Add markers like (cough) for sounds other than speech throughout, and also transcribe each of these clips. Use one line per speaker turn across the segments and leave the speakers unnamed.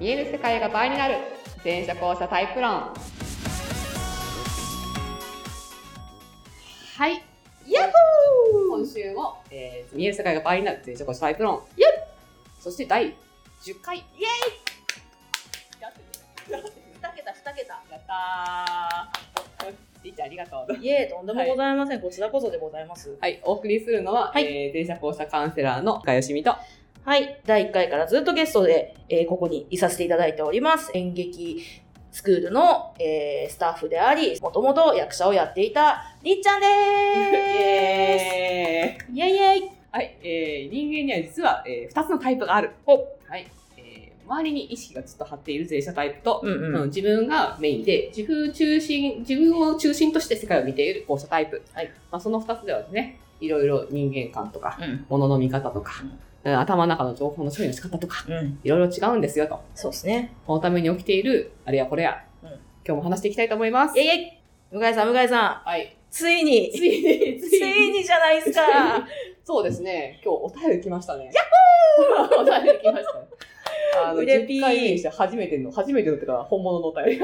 見える世界が倍になる全社交社タイプ論はい
ヤッホ
今
ー
週も、えー見える世界が倍になる全社交社タイプ論
イェイ
そして第10回イエイやって
二桁二桁
やったーりっちゃんありがとう
イエーイとんでもございません、こちらこそでございます
はい、お送りするのは、
はい
えー、電車交差カウンセラーの深吉美と、
はい第1回からずっとゲストで、えーここにいさせていただいております演劇スクールの、えースタッフでありもともと役者をやっていたりっちゃんでー
エーイ
(laughs) すイエイイエイ
はい、えー、人間には実は、えー、2つのタイプがある。
ほ
はい、えー、周りに意識がずっと張っている前者タイプと、
うん
うん自分がメインで自分中心自分を中心として世界を見ている後者タイプ、
はい
まあ、その2つではですねいろいろ人間観とか
うん
物の見方とか、うん頭の中の情報の処理の仕方とか
うん
いろいろ違うんですよと
そうですね
このために起きているあれやこれや、
うん
今日も話していきたいと思います
イ。エイイエイ向井さん向井さん
はい、
ついに
ついに
ついにじゃないですか
そうですね。今日お便り来ましたね。ヤッホーお便り来ましたね。あの、
うれぴ
10
ー
回目にして初めての、初めてのっていうか、本物のお便り。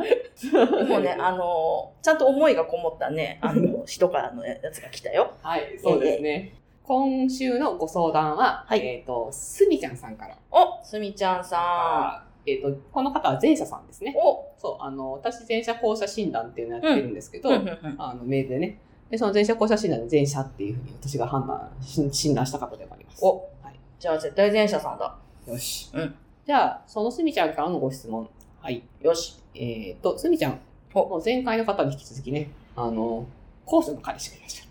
でもね、あのーちゃんと思いがこもったね、あの、人からのやつが来たよ。
はい、そうですね。今週のご相談は、
はい
えっ、と、すみちゃんさんから。
おすみちゃんさ
えっ、と、この方は前者さんです
ん。
ね。
お
そう、あの、私、前者後者診断っていうのやってるんですけど、
うんうんうん
あの、メールでね。で、その前者後者診断で前者っていうふうに私が判断し、診断した方でもあります。
お
はい
じゃあ絶対前者さんだ。
よし。
うん
じゃあ、そのすみちゃんからのご質問。はい。
よし。
えっと、すみちゃん。
お
もう前回の方に引き続きね、あの、コースの彼氏がいらっしゃる。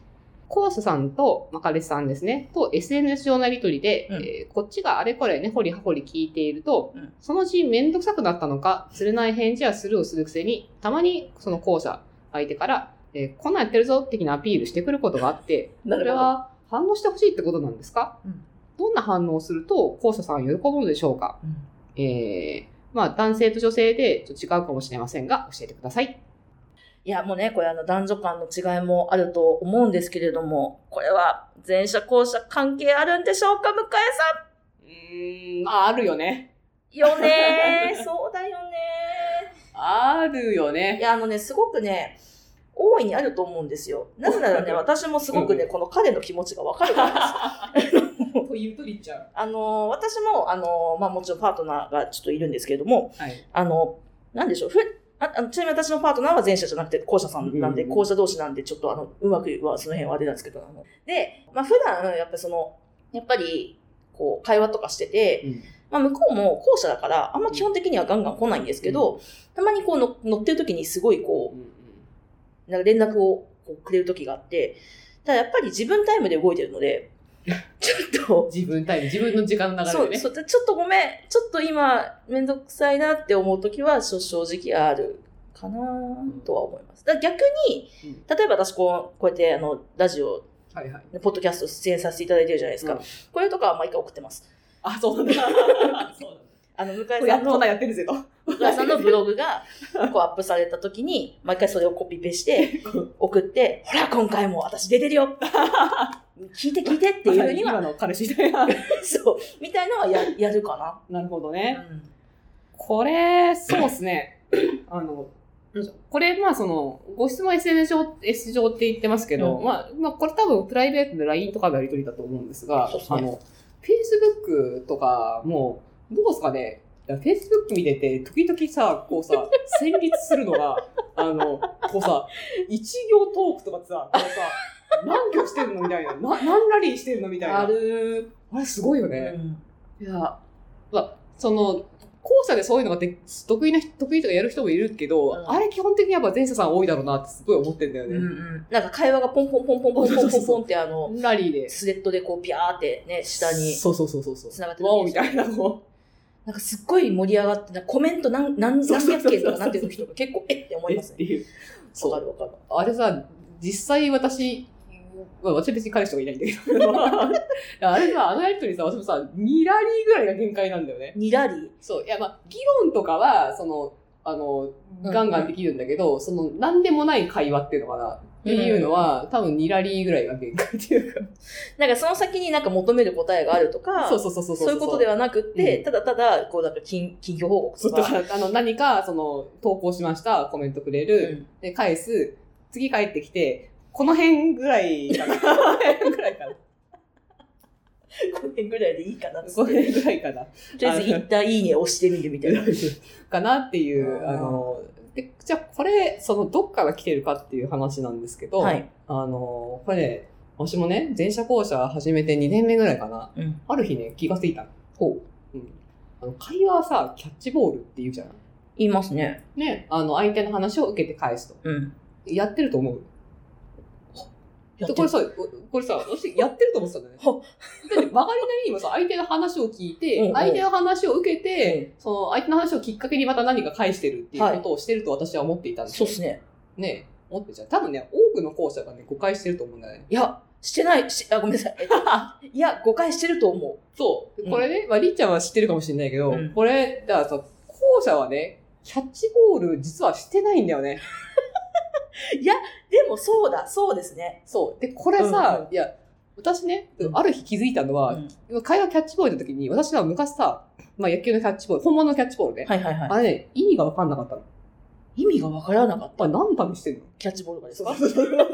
コースさんと、まあ、彼氏さんですね、と SNS 上のやりとりで、
うん
えーこっちがあれこれね、ほりはほり聞いていると、
うん
そのうちめんどくさくなったのか、釣れない返事やスルーをするくせに、たまにその後者、相手から、えーこんなんやってるぞ、的なアピールしてくることがあって、
(laughs) な
そ
る
れ
ほど。
は反応してほしいってことなんですか、
うん
どんな反応をすると後者さんは喜ぶのでしょうか、
うん
えーまあ、男性と女性でちょっと違うかもしれませんが教えてください。
いや、もうね、これあの、男女間の違いもあると思うんですけれども、これは前者後者関係あるんでしょうか、向井さ
うんまああるよね。
ん。よね (laughs) ー。そうだよねー。
あるよ
い
ね。
や、あのね、すごくね、大いにあると思うんですよ。なぜな (laughs) らね、私もすごくね、この彼の気持ちがわかるからです。
というとりっちゃう。
あの、私も、あの、まあもちろんパートナーがちょっといるんですけれども、
はい。
あの、なんでしょう、ふああのちなみに私のパートナーは前者じゃなくて後者さんなんで、
うん
後者同士なんで、ちょっとあの、うまくはその辺はあれなんですけど、あので、まあ普段、やっぱりその、やっぱり、こう、会話とかしてて、まあ、向こうも後者だから、あんま基本的にはガンガン来ないんですけど、たまにこうの乗ってる時にすごいこう、なんか連絡をこうくれる時があって、ただやっぱり自分タイムで動いてる
(laughs)
ので、ちょっと、
自分タイム、自分の時間の流
そ
れ
う
でね。
そう、ちょっとごめん、ちょっと今めんどくさいなって思う時はちょ正直あるかなとは思います。だから逆に、
うん
例えば私こう、こうやってあの、ラジオ、
はいはい。
ポッドキャスト出演させていただいてるじゃないですか。
うん
これとかは毎回送ってます。
あ、 (laughs) そうなんだ。そうなんだ
あの、向井
これ
さ
や
ん
っ
の
となやってるぜと。
福田さんのブログがこうアップされた時に、毎回それをコピ
(laughs)
ペして、送って、ほら、今回も私出てるよ聞いて聞いてっていうふうには、
今の彼氏みたいな。
そう、みたいのはややるか
(laughs) なるほど
な。
ね。これ、そうです
(laughs)
ね。あの、これ、まあ、その、ご質問 SNS 上 S 上って言ってますけど、
うん
まあ、まあ、これ多分プライベートで LINE とかのやりとりだと思うんですが、
そうっすね
あの、Facebook とかも、どうですかね、いや Facebook 見てて、時々さ、こう
(laughs)
さ、戦慄するのが、あの、こうさ、一行トークとかさ、こうさ、何行してんのみたいな、な何ラリーしてんのみたいな。
ある、
あれすごいよ
う
ね。
ん
いや、まあ、その、後者でそういうのがで得意な人、得意とかやる人もいるけど、
うん
あれ基本的にやっぱ前者さん多いだろうなってすごい思ってんだよ
うん
ね。
うんなんか会話がポンポンポンポンポンポンポンポンってあの、
ラリーで。
スレッドでこうピャーってね、下に
そうそうそうそうそう。
繋がって
わお
る
みたいなこ
なんかすっごい盛り上がって、なんかコメント何何
そう
何
そうそう
百
そう
件とか何ていうの人が結構、えって思
う。
い
え
ま
っ
す
て
ね。
いう。
わ
(laughs) そ
か
う。
るわかる。
あれさ、実際私、まあ、私は別に彼氏とかいないんだけど。 (laughs) あれさ、あのやりとりさ、私もさ、2ラリーぐらいが限界なんだよね。
ニラリー
そう。いや、まあ、議論とかは、その、あの、
うん
ガンガンできるんだけど、その、なんでもない会話っていうのかな。っていうのは、多分2ラリーぐらいが限界っていうか。
なんかその先になんか求める答えがあるとか、
そうそうそうそう。
そういうことではなくって、
うん
ただただ、こう、なんか近、近況報告
そ
と
うだか
か。
ら、あの、何か、その、投稿しました、コメントくれる、
うん
で、返す、次帰ってきて、この辺ぐらいかな。
(laughs)
この辺ぐらいかな。
この辺ぐらいでいいかなっつ
こ
っ
の
て。
辺ぐらいかな。
とりあえず一旦いいね押してみるみたいな。
かなっていう、
あー
あの、で、じゃあこれ、その、どっから来てるかっていう話なんですけど、
はい。
あの、これね、私もね、前者後者始めて2年目ぐらいかな。
うん。
ある日ね、気がついたの。ほう。うん。あの、会話はさ、キャッチボールって言うじゃない
言いますね。
ね。あの、相手の話を受けて返すと。
うん。
やってると思う
や
で
っ
これ
てる
さ、ここれさ、私やってると思ってたんだよね。
は
だって曲がりなりにもさ、相手の話を聞い
うんう
て
ん、
相手の話を受け
うん
て、その相手の話をきっかけにまた何か返してるっていうことをしてると私は思っていたんです
そう
よ
っすね。
ね。思ってちゃう。多分ね、多くの校舎がね、誤解してると思うんだよね。
いや、してない、し、あ、ごめんなさい。 (laughs) えっといや、誤解してると思
そう。
うん
これね、まあ、りっちゃんは知ってるかもしれないけど、
うん
これ、だからさ、校舎はね、キャッチボール実はしてないんだよね。
う。でも、そうだ、そうですね。
そう。で、これさ、
うん
いや、私ね
う、ん
ある日気づいたのは、
うん
会話キャッチボールの時に、私は昔さ、まあ野球のキャッチボール、本物のキャッチボールね。
はいはいはい。
あれね、意味が分かんなかったの。
意味がわからなかっ
あ
た。
れ何のためにしてんの
キャッチボールがですか
そうそうそうそう。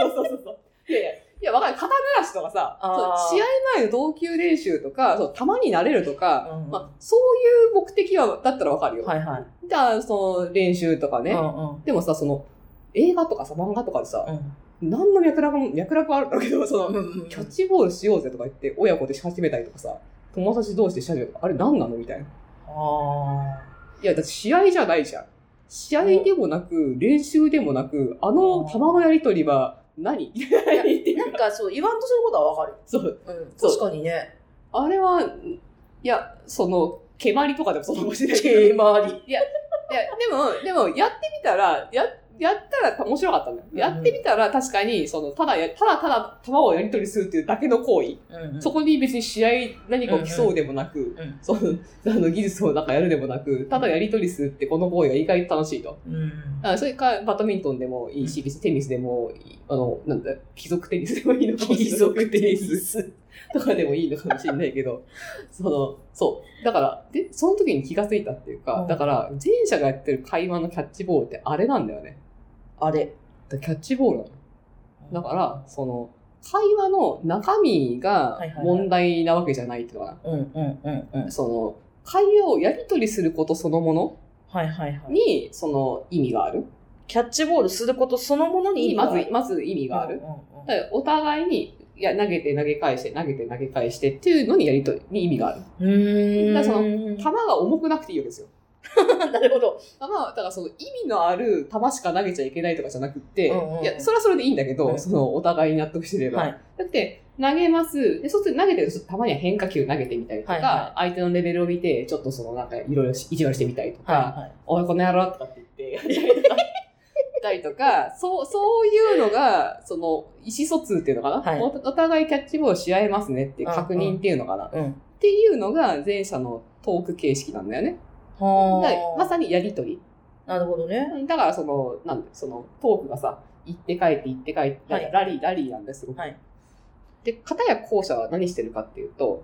いやいや、いや、わかる。肩慣らしとかさ、そ
あー
う試合前の投球練習とか、そう、球に慣れるとか、
うん
まあ、そういう目的は、だったらわかるよ。
はいはい。
じゃあ、その、練習とかね。
うんうん。
でもさ、その、映画とかさ、漫画とかでさ、
うん
何の脈絡も、脈絡はあるんだけど、その、
うんうん
キャッチボールしようぜとか言って、親子でし始めたりとかさ、友達同士でし始めたりとかあれ何なのみたいな。い
あ
や、だって試合じゃないじゃん。試合でもなく、練習でもなく、あの球のやりとりは何 (laughs) ってい
ー
う
なんかそう、言わんとすることはわか
そう。
る。うん。
そう
確かにね。
あれは、いや、その、蹴鞠とかでもそうかもしれないけど。い
手回り。
や、でも、でも、やってみたら、や、やったら面白かったんだよ。
うん
やってみたら、確かに、その、ただや、ただただ球をやりとりするっていうだけの行為。
うん
そこに別に試合何かを競うでもなく、
うん
そのあの技術をなんかやるでもなく、ただやり取りするってこの行為が意外と楽しいと。
うん。
あそれか、バドミントンでもいいし、別にテニスでもいい、あの、なんだ、貴族テニスでもいいのかもしれない。
貴族テニ
ス。とかでもいいのかもしれないけど、 (laughs) その、そう。だから、で、その時に気がついたっていう
う
か
ん、
だから、前者がやってる会話のキャッチボールってあれなんだよね。
あれ。
だからキャッチボールなの。だから、その、会話の中身が
はいはいはい
問題なわけじゃないっていうのかな。
うんうんうんうん。
その、会話をやり取りすることそのもの
はいはいはい。
に、その意味がある。
キャッチボールすることそのものに
に、
今
まず、まず意味がある。だからお互いに、いや、投げて投げ返して、投げて投げ返してっていうのにやりとり、に意味がある。
うんうん。
だからそ
の
球が重くなくていいわけですよ。
なるほど。
球は、だからその意味のある球しか投げちゃいけないとかじゃなくって、
うんうんうん
いや、それはそれでいいんだけど、
うん
その、お互いに納得してれば。
はい。
だって、投げます。で、そうすると投げてると、たまには変化球投げてみたりとか、
はいは
相手のレベルを見て、ちょっとその、なんか、いろいろし意地悪してみたりとか、
は
おい、この野郎とかって言って、やったりとか、そう、そういうのが、その、意思疎通っていうのかな、
はい
おお互いキャッチボールし合えますねっていう確認っていうのかな、っ
いはい。うん。
ていうのが前者のトーク形式なんだよね。だから
はあ。
まさにやりとり。
なるほどね。
だからその、なんだその、トークがさ、行って帰って行って帰って、
はい
ラリー、ラリーなんですよ。
はい。
で、片や後者は何してるかっていうと、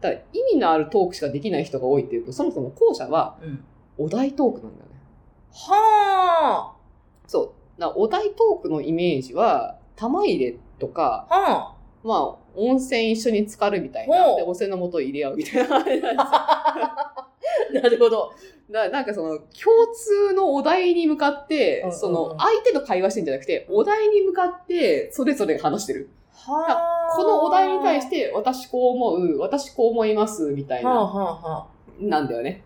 だから意味のあるトークしかできない人が多いっていうと、そもそも後者は
うん。
お題トークなんだよね。
は
そう。なお題トークのイメージは、玉入れとか、
あ。は
まあ、温泉一緒に浸かるみたい
ほ
な。
う
で、温泉の素入れ合うみたいな。 (laughs)
あ。なるほど。
ななんかその、共通のお題に向かって
うんうんう、ん
その、相手と会話してんじゃなくて、お題に向かって、それぞれが話してる。
はあ。
このお題に対し、て、私こう思う、私こう思います、みたい
はあ
な、
はあはあ。
なんだよね。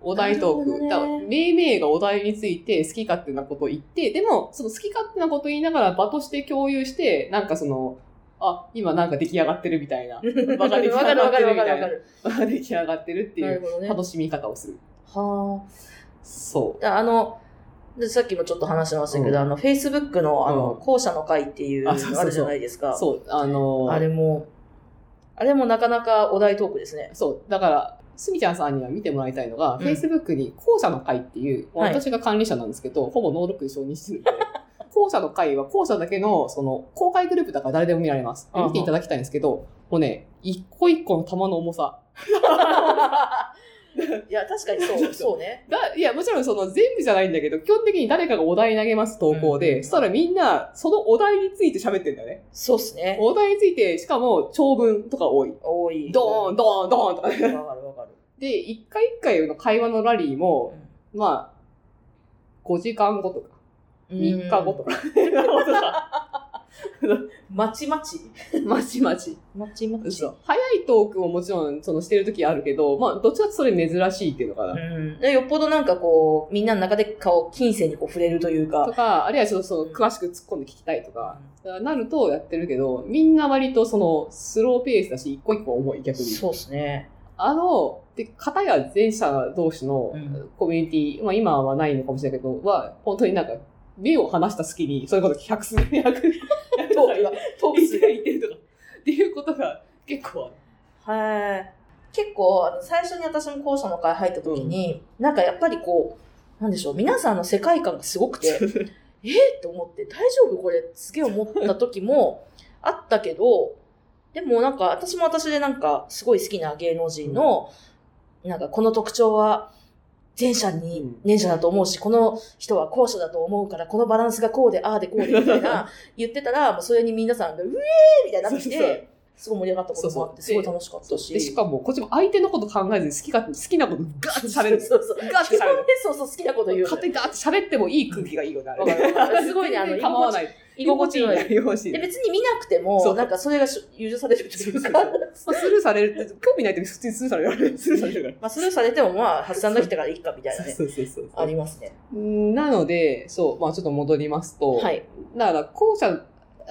お題トー
なるほど
ク。
ね
だからめいめいがお題について好き勝手なことを言って、でも、その好き勝手なことを言いながら場として共有して、なんかその、あ、今なんか出来上がってるみたい
(laughs)
な。
わかるわかるわかるわかる
(laughs)
わかる。
出来上がってるって
ないる
う
ほどね。
楽しみ方をする。
は
そ
あ。だあの、でさっきもちょっと話しましたけど、
うん
あの、Facebook の、あの、
うん
校舎の会っていうの
あそうそうそう
あるじゃないですか。
う。そう、あのー
あれも、あれもなかなかお題トークで
(laughs)
すね。
そう、だから、すみちゃんさんには見てもらいたいのが、
うん
Facebook に校舎の会っていう、
はい (laughs)
私が管理者なんですけど、ほぼ能力承認してるんで、校舎の会は校舎だけの、その、公開グループだから誰でも見られます。
うんうん
見ていただきたいんですけど、もうね、一個一個の玉の重さ。
いや、確かにそう、そうね。
だいや、もちろんその全部じゃないんだけど、基本的に誰かがお題投げます投稿
うんうんう
で、
ん
そしたらみんな、そのお題について喋ってんだよね。
そうっすね。
お題について、しかも長文とか多い。
多い。
ドーン、ドーン、ドーンとかね。
わかるわかる。
で、一回一回の会話のラリーも、まあ、5時間後とか、
うん
3日後と。か、
(laughs) まちまち。
まちまち。
まちまち。
そう早いトークももちろん、そのしてる時あるけど、まあ、どっちかってそれ珍しいっていうのかな。
うん、でよっぽどなんかこう、みんなの中で顔、近世にこう触れるというか
と、か、あるいはちょっとその、詳しく突っ込んで聞きたいとか、なるとやってるけど、みんな割とその、スローペースだし、一個一個重い、逆に。
そうですね。
あの、で、片や前者同士の
うん
コミュニティ、まあ今はないのかもしれないけど、は、本当になんか、目を離した隙に、それこそ100数、200、
(laughs)
(laughs)
トークが、トーク数が。
いてるとか、っていうことが結構ある。
はい。結構、あの最初に私も校舎の会入った時に、なんかやっぱりこう、なんでしょう、皆さんの世界観がすごくて、 (laughs) えー、って思って、大丈夫これ、すげえ思った時もあったけど、でもなんか、私も私でなんか、すごい好きな芸能人の、なんか、この特徴は、前者に年者だと思うし、この人は後者だと思うから、このバランスがこうで、ああでこうで、みたいな、言ってたら、もうそれに皆さんが、うえーみたいになってき
そうそうそう
て、すごい盛り上がったこともあって、
そ
す
うそ
ご
う
い楽しかったし。
で、しかも、こっちも相手のこと考えずに好きか、好きなことガ
(laughs)
ーッて喋る。
そうそうそう。
ガーッて
基
喋
本
る
ね。、そうそう、好きなこと言うの。
勝手にガーッて喋ってもいい空気がいいよね、あれ
わかるわかるすごいね、あ
全
の、
然構わない。
居心地のいい。
居心地いい
で、
ね。
別に見なくて
そ
も、
う
なんかそれがし許されるというか、
そうまあ、スルーされるって、興味ないと普通にスルーされる。スルーされるから。
まあ、それをされても、まあ、発散の人からいいかみたいなね、
そうそうそう
ありますね。
なので、そう、まあちょっと戻りますと、
はい。
だから後者、あ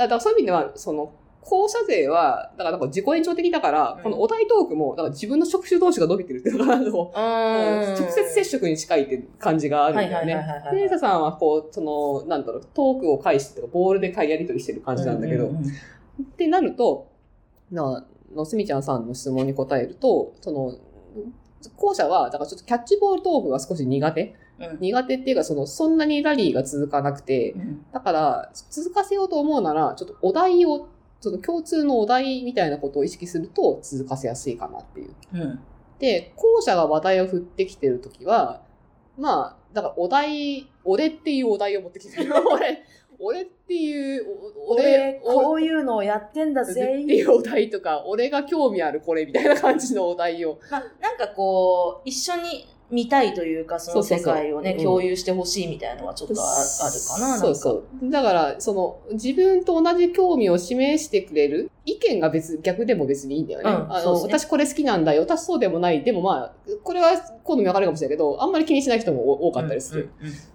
だからそういう意味では、その、後者勢は、だからなんか自己延長的だから、
うん
このお題トークも、だから自分の職種同士が伸びてるっていうのが、あのも
う
う直接接
触
触に近いって感じがあるんだよ
はい
ね。
はいはいはいはい、
で、エサさんはこう、その、なんだろう、トークを介してとか、ボールでかいやり取りしてる感じなんだけど、
ううんうん
ってなると、な、のすみちゃんさんの質問に答えると、その、後者は、だからちょっとキャッチボールトークが少し苦手。
うん
苦手っていうか、その、そんなにラリーが続かなくて、
うん
だから、続かせようと思うなら、ちょっとお題を、その共通のお題みたいなことを意識すると続かせやすいかなっていう。
うん
で、後者が話題を振ってきてるときは、まあ、だからお題、俺っていうお題を持ってき
(laughs)
てる。俺、俺っていう、お
俺、
お
こういうのをやってんだ
っ
ぜ。
ていうお題とか、俺が興味あるこれみたいな感じのお題を。
まあ、なんかこう、一緒に見たいというか、その世界を
そ
ね、
うそうそう
共有してほしいみたいなのはちょっとああるかな。なんか
そうそう。だから、その、自分と同じ興味を示してくれる意見が別、逆でも別にいいんだよね。
うん
あ
そう
の、
ですね
私これ好きなんだよ。私そうでもない。でもまあ、これは好み分かれるかもしれないけど、あんまり気にしない人も多多かったりする。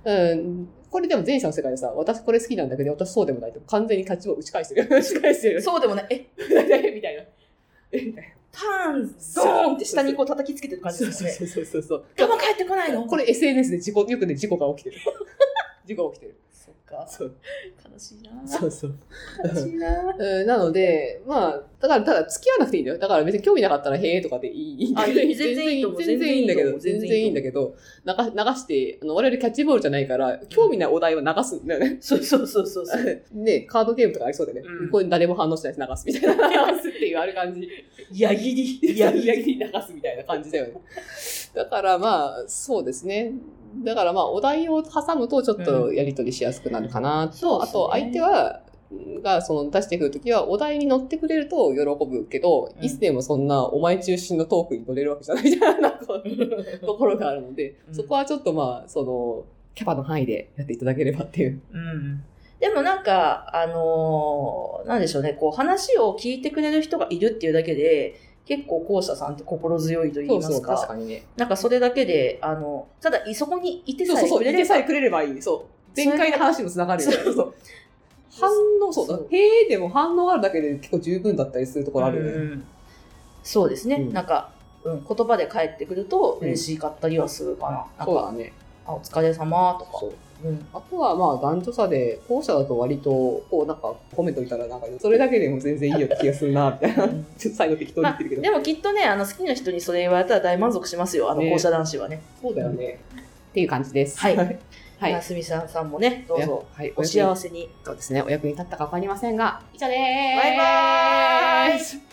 うんうんうん
うん。これでも前者の世界でさ、私これ好きなんだけど、私そうでもないと完全にキャッチボール打ち返
(laughs)
してる。打ち返して (laughs) る。
そうでもね、え、
うみたいな。
パーン、ドーンって下にこう叩きつけてる感じ
そう
で
そ
す
う
ね。
そうそうそうそう。
弾返ってこないの
これ SNS で事故、よくね、事故が起きてる。 (laughs) 事故が起きてる。
そっか。
そう。
悲しいな
そうそう。
悲しいな
うん、なので、まあ、だから、ただ付き合わなくていいんだよ。だから別に興味なかったら、へえとかでいい。
あいい全然いいと思う
全然いいんだけど、全然
全然
い
い
い
い
ん
と
だけど、流流して、あの、我々キャッチボールじゃないから、興味ないお題は流すんだよ
(laughs)
ね。
そうそうそうそうそう。
ね、カードゲームとかありそうだよね。
うん
これ誰も反応しないし流すみたいな。
(laughs)
流すっていうある感じ。
矢切り。
やりやりに流すみたいな感じだ
(laughs)
よね。だからまあ、そうですね。だからまあ、お題を挟むとちょっとやり取りしやすくなるかなと、
うん
あと
そう
相
です
手
ね
は、がその出してくるときはお題に乗ってくれると喜ぶけど、
うん
いつでもそんなお前中心のトークに乗れるわけじゃないみたいなこうところがあるので、
うん
そこはちょっとまあ、その、キャパの範囲でやっていただければっていう。
うん。でもなんか、あのーなんでしょうね、こう話を聞いてくれる人がいるっていうだけで、結構校舎さんって心強いと言いますか。
にね。
なんかそれだけで、あの、ただいそこにいて
そう
さ
そ
え
うそう、
くれ
入
れ
れさ
ば
えくれればいい。そう。前回の話にもつながるよね。
そうそう
反応、そうだ
そう。
へえでも反応あるだけで結構十分だったりするところあるよね。
うんそうですね、
うん
なんか、うん、言葉で返ってくると嬉しかったりはするかな,、
そう
なんか
だね。
あ「お疲れ様とか
そう
うん、
あとはまあ男女差で、後者だと割と、こうなんか褒めといたらなんか、それだけでも全然いいよって気がするな、みたいな。 (laughs) ちょっと最後適当に言ってるけど。
でもきっとねあの好きな人にそれ言われたら大満足しますよあの
ね
校舎男子はね
そうだよね。っていう感じです。
はい
はい。はい
なすみさんさんもね、どうぞ、
はい、
お幸せに。
そうですね、お役に立ったかわかりませんが、以上でーす。
バイバーイ